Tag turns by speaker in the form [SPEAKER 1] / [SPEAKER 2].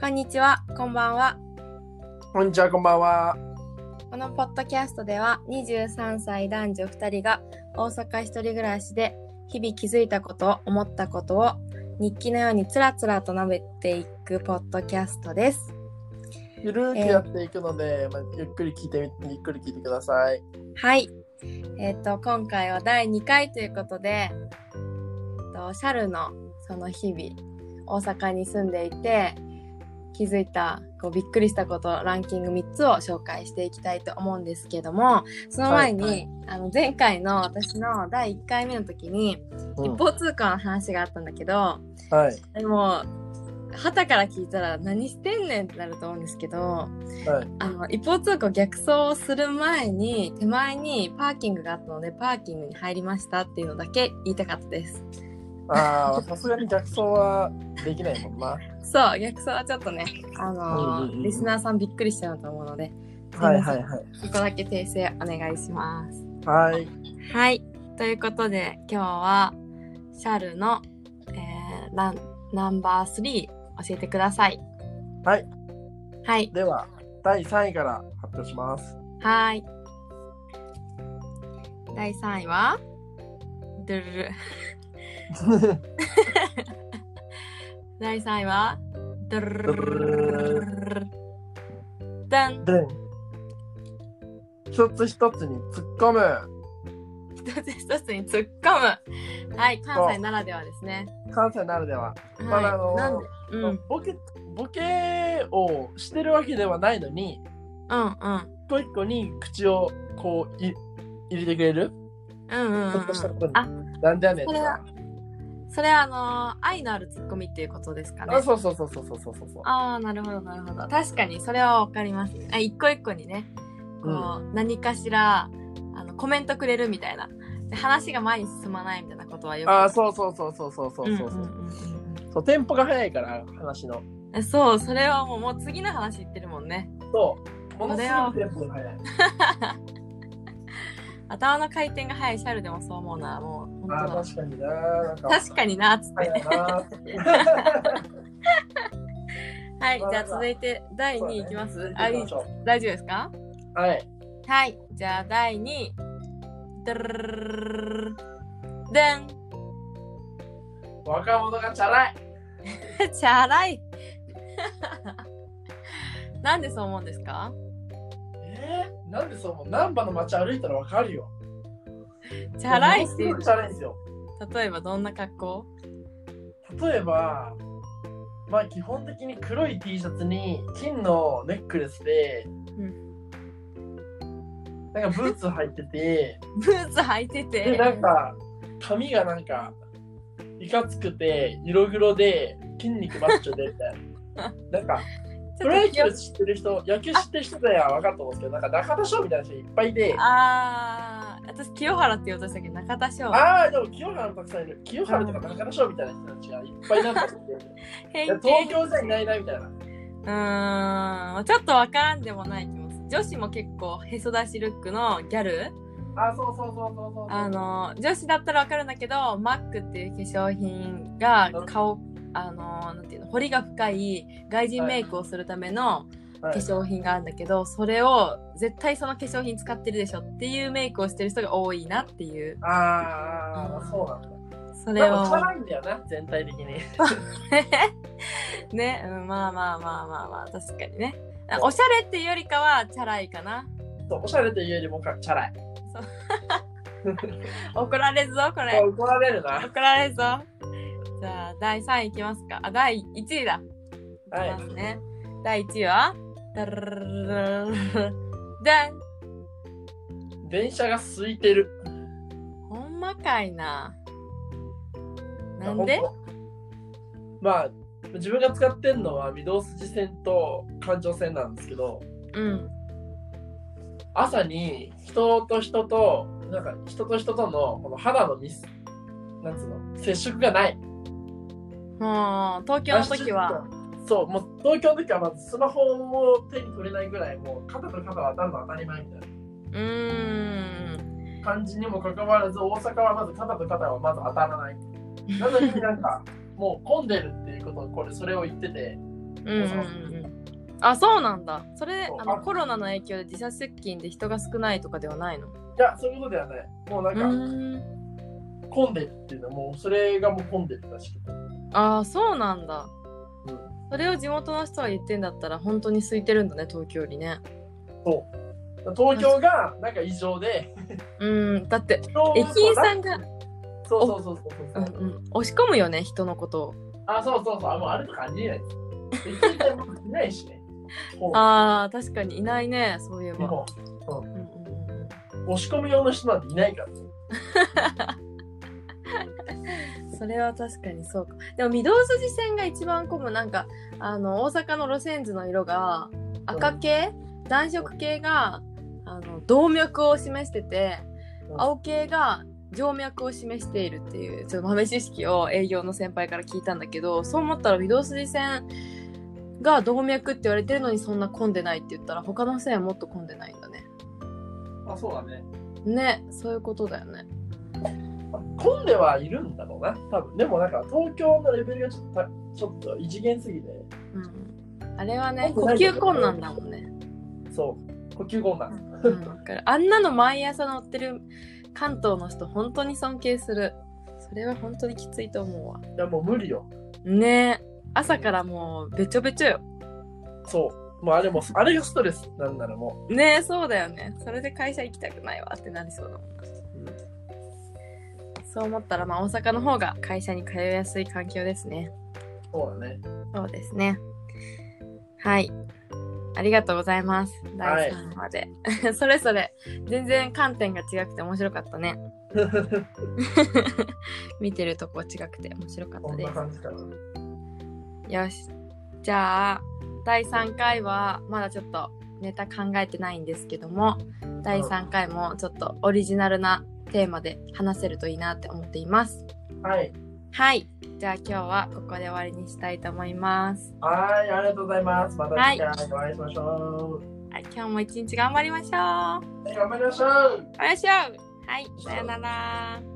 [SPEAKER 1] こんにちは、こんばんは。
[SPEAKER 2] こんにちは、こんばんは。
[SPEAKER 1] このポッドキャストでは23歳男女2人が大阪一人暮らしで日々気づいたこと、思ったことを日記のようにつらつらと述べていくポッドキャストです。
[SPEAKER 2] ゆるーく
[SPEAKER 1] えー
[SPEAKER 2] やっていくので、まあ、ゆっくり聞いてみ、ゆっくり聞いてください。
[SPEAKER 1] はい。えっ、と、今回は第2回ということで、えっとシャルのその日々、大阪に住んでいて、気づいた、こうびっくりしたこと、ランキング3つを紹介していきたいと思うんですけども、その前に、
[SPEAKER 2] はいは
[SPEAKER 1] あの前回の私の第1回目の時に、
[SPEAKER 2] うん
[SPEAKER 1] 一方通行の話があったんだけど、
[SPEAKER 2] はい。
[SPEAKER 1] でも、旗から聞いたら何してんねんってなると思うんですけど、
[SPEAKER 2] はい。
[SPEAKER 1] あの一方通行逆走をする前に手前にパーキングがあったのでパーキングに入りましたっていうのだけ言いたかったです
[SPEAKER 2] ああ、さすがに逆走はできないもんな。
[SPEAKER 1] そう逆走はちょっとねあのー、
[SPEAKER 2] うんうんうん
[SPEAKER 1] リスナーさんびっくりしちゃうと思うので
[SPEAKER 2] はいはいはい。
[SPEAKER 1] ここだけ訂正お願いします
[SPEAKER 2] はい。
[SPEAKER 1] はいということで今日はシャルの、えーランナンバー3教えてください
[SPEAKER 2] はい
[SPEAKER 1] はい
[SPEAKER 2] では、第3位から発表 します。
[SPEAKER 1] はい第3位はドゥルルル第3位は、ドルルルルルルダン
[SPEAKER 2] で、一つ一つに突っ込む。
[SPEAKER 1] 一つ一つに突っ込む。はい、関西ならではですね。
[SPEAKER 2] 関西ならでは、まだあ
[SPEAKER 1] は
[SPEAKER 2] の
[SPEAKER 1] い、なんで、うん、うん、
[SPEAKER 2] ボケ、ボケをしてるわけではないのに、
[SPEAKER 1] うん、
[SPEAKER 2] 一個一個に口をこうい入れてくれる。
[SPEAKER 1] うん、うん
[SPEAKER 2] ちょっとしたこ
[SPEAKER 1] う
[SPEAKER 2] と
[SPEAKER 1] ん。
[SPEAKER 2] に
[SPEAKER 1] あ、
[SPEAKER 2] なんでやねんと
[SPEAKER 1] それは
[SPEAKER 2] か。
[SPEAKER 1] それはあのー愛のあるツッコミっていうことですかね
[SPEAKER 2] あ、。そうそうそうそうそうそうそう。
[SPEAKER 1] ああ、なるほど、なるほど。確かに、それはわかります。あ、一個一個にね、こう、何かしら、あの、コメントくれるみたいな。で話が前に進まないみたいなことはよく。
[SPEAKER 2] ああ、そうそうそうそうそうそうそう,、
[SPEAKER 1] んんんうん
[SPEAKER 2] そう。テンポが速いから話の。
[SPEAKER 1] えそうそれはもうもう次の話言ってるもんね
[SPEAKER 2] そう。ものすごくテンポが速い。
[SPEAKER 1] 頭の回転が速いシャルでもそう思うなもう
[SPEAKER 2] ああ
[SPEAKER 1] 本当だ
[SPEAKER 2] ー、確かにな。なんか
[SPEAKER 1] 確かになっつって
[SPEAKER 2] 速いな。
[SPEAKER 1] はい
[SPEAKER 2] まあ
[SPEAKER 1] じゃあ
[SPEAKER 2] まあ
[SPEAKER 1] 続いて第2位いきます、 あいい
[SPEAKER 2] は
[SPEAKER 1] 大丈夫ですか
[SPEAKER 2] い。
[SPEAKER 1] はいじゃあ第2位ドゥルルルルルルでん
[SPEAKER 2] 若者がチャラい。
[SPEAKER 1] チャラいなんでそう思うんですか
[SPEAKER 2] えー、なんでそう思う難波の街歩いたらわかるよ。
[SPEAKER 1] チャラいって
[SPEAKER 2] ものすごチャラいんですよ。
[SPEAKER 1] 例えばどんな格好
[SPEAKER 2] 例えば、まあ基本的に黒い T シャツに金のネックレスで、
[SPEAKER 1] う
[SPEAKER 2] なんかブーツ履いてて、
[SPEAKER 1] ブーツ履いてて
[SPEAKER 2] でなんか髪がなんかいかつくて色黒で筋肉マッチョでみたいな なんか
[SPEAKER 1] ち
[SPEAKER 2] プ
[SPEAKER 1] ょっ
[SPEAKER 2] ロ
[SPEAKER 1] と
[SPEAKER 2] 野球知ってる人野球知ってる人だよ分かると思うんですけどなんか中田翔みたいな人いっぱいいてあ
[SPEAKER 1] あー私清原って言おうとしたけど中田翔
[SPEAKER 2] あーでも清原もたくさんいる清原とか中田翔みたいな人たちがいっぱいなんかいていや
[SPEAKER 1] 偏
[SPEAKER 2] 東
[SPEAKER 1] 見
[SPEAKER 2] 京じゃいないなみたいな
[SPEAKER 1] うーんちょっとわからんでもない気もする女子も結構へそ出しルックのギャル
[SPEAKER 2] あーそうそうそうそうそう
[SPEAKER 1] あの女子だったらわかるんだけどマックっていう化粧品が顔あのなんていうの彫りが深い外人メイクをするための化
[SPEAKER 2] はい
[SPEAKER 1] 粧品があるんだけど、それを絶対その化粧品使ってるでしょっていうメイクをしてる人が多いなっていう
[SPEAKER 2] あーあーまあそうなんだ
[SPEAKER 1] それ
[SPEAKER 2] でもチャ
[SPEAKER 1] を
[SPEAKER 2] ラいんだよな全体的に
[SPEAKER 1] ね、うん、まあまあまあまあまあ確かにねおしゃれっていうよりかはチャラいかな
[SPEAKER 2] そうおしゃれというよりもかチャラい
[SPEAKER 1] 怒られるぞこれ
[SPEAKER 2] そう怒られるな
[SPEAKER 1] 怒られるぞ。じゃあ、第3位いきますか。あ、第1位だ。
[SPEAKER 2] はい
[SPEAKER 1] いきますね。第1位は、ダルルルルルルでん
[SPEAKER 2] 電車が空いてる
[SPEAKER 1] ほんまかいな。なんで
[SPEAKER 2] ほとまあ自分が使ってるのは御堂筋線と環状線なんですけど
[SPEAKER 1] うん。
[SPEAKER 2] 朝に人と人となんか人と人とのこの肌のミスなんつうの接触がない
[SPEAKER 1] もう、東京の時は、
[SPEAKER 2] そうもう東京の時はまずスマホを手に取れないぐらいもう肩と肩が当たるの当たり前みたいう
[SPEAKER 1] ーん。
[SPEAKER 2] な感じにもかかわらず大阪はまず肩と肩はまず当たらないなのになんかもう混んでるっていうことをこれそれを言ってて
[SPEAKER 1] うんうんうんあそうなんだそれ
[SPEAKER 2] そう
[SPEAKER 1] あ
[SPEAKER 2] あ
[SPEAKER 1] のコロナの影響で時差出勤で人が少ないとかではないの
[SPEAKER 2] いやそういうことではないもうな
[SPEAKER 1] うん
[SPEAKER 2] か
[SPEAKER 1] ーん
[SPEAKER 2] 混んでるっていうのはもうそれがもう混んでるらしくて、
[SPEAKER 1] ああそうなんだ
[SPEAKER 2] うん、
[SPEAKER 1] それを地元の人は言ってんだったら本当に空いてるんだね東京よりね
[SPEAKER 2] そう東京がなんか異常で
[SPEAKER 1] うんだって駅員さんが
[SPEAKER 2] そうそうそうそう
[SPEAKER 1] う
[SPEAKER 2] そ
[SPEAKER 1] ん
[SPEAKER 2] う、
[SPEAKER 1] うん押し込むよね人のことを
[SPEAKER 2] あそうそうそうあもうあれとかありえないです駅員さんもいないしねもう
[SPEAKER 1] あー確かにいないねそういえば、
[SPEAKER 2] も
[SPEAKER 1] うんうんうん
[SPEAKER 2] う押し込み用の人なんていないから
[SPEAKER 1] それは確かにそうかでも御堂筋線が一番混むなんかあの大阪の路線図の色が赤系、暖色系があの動脈を示してて、
[SPEAKER 2] うん
[SPEAKER 1] 青系が静脈を示しているっていうちょっと豆知識を営業の先輩から聞いたんだけどそう思ったら御堂筋線が動脈って言われてるのにそんな混んでないって言ったら他の線はもっと混んでないんだね
[SPEAKER 2] あそうだね
[SPEAKER 1] ねそういうことだよね
[SPEAKER 2] 混んではいるんだろうな多分でもなんか東京のレベルがちょっとたちょっと異次元すぎて
[SPEAKER 1] うんあれはね呼
[SPEAKER 2] 混んでないよ
[SPEAKER 1] 吸
[SPEAKER 2] ね
[SPEAKER 1] 困難だもんね
[SPEAKER 2] そう呼吸困難
[SPEAKER 1] うんわかるあんなの毎朝乗ってる関東の人本当に尊敬するそれは本当にきついと思うわ
[SPEAKER 2] いやもう無理よ
[SPEAKER 1] ねえ朝からもうべちょべちょよ
[SPEAKER 2] そうもうあれもあれがストレスなんならも
[SPEAKER 1] ねえそうだよねそれで会社行きたくないわってなりそうだもんそう思ったらまあ大阪の方が会社に通いやすい環境ですね
[SPEAKER 2] うそうだね
[SPEAKER 1] そうですねはいありがとうございます
[SPEAKER 2] は
[SPEAKER 1] 第
[SPEAKER 2] い
[SPEAKER 1] 3話まで、 それぞれ全然観点が違くて面白かったね見てるとこ違くて面白かっ
[SPEAKER 2] こ
[SPEAKER 1] た
[SPEAKER 2] ん
[SPEAKER 1] で
[SPEAKER 2] な
[SPEAKER 1] す
[SPEAKER 2] 感じかな
[SPEAKER 1] よしじゃあ第3回はまだちょっとネタ考えてないんですけども第3回もちょっとオリジナルなテーマで話せるといいなって思っています
[SPEAKER 2] はい
[SPEAKER 1] はいじゃあ今日はここで終わりにしたいと思います
[SPEAKER 2] はいありがとうございますまた
[SPEAKER 1] はい
[SPEAKER 2] 次回お会いしましょ
[SPEAKER 1] はい今日も一日頑張りましょう
[SPEAKER 2] う、頑張りましょう
[SPEAKER 1] お願いしようはいさよなら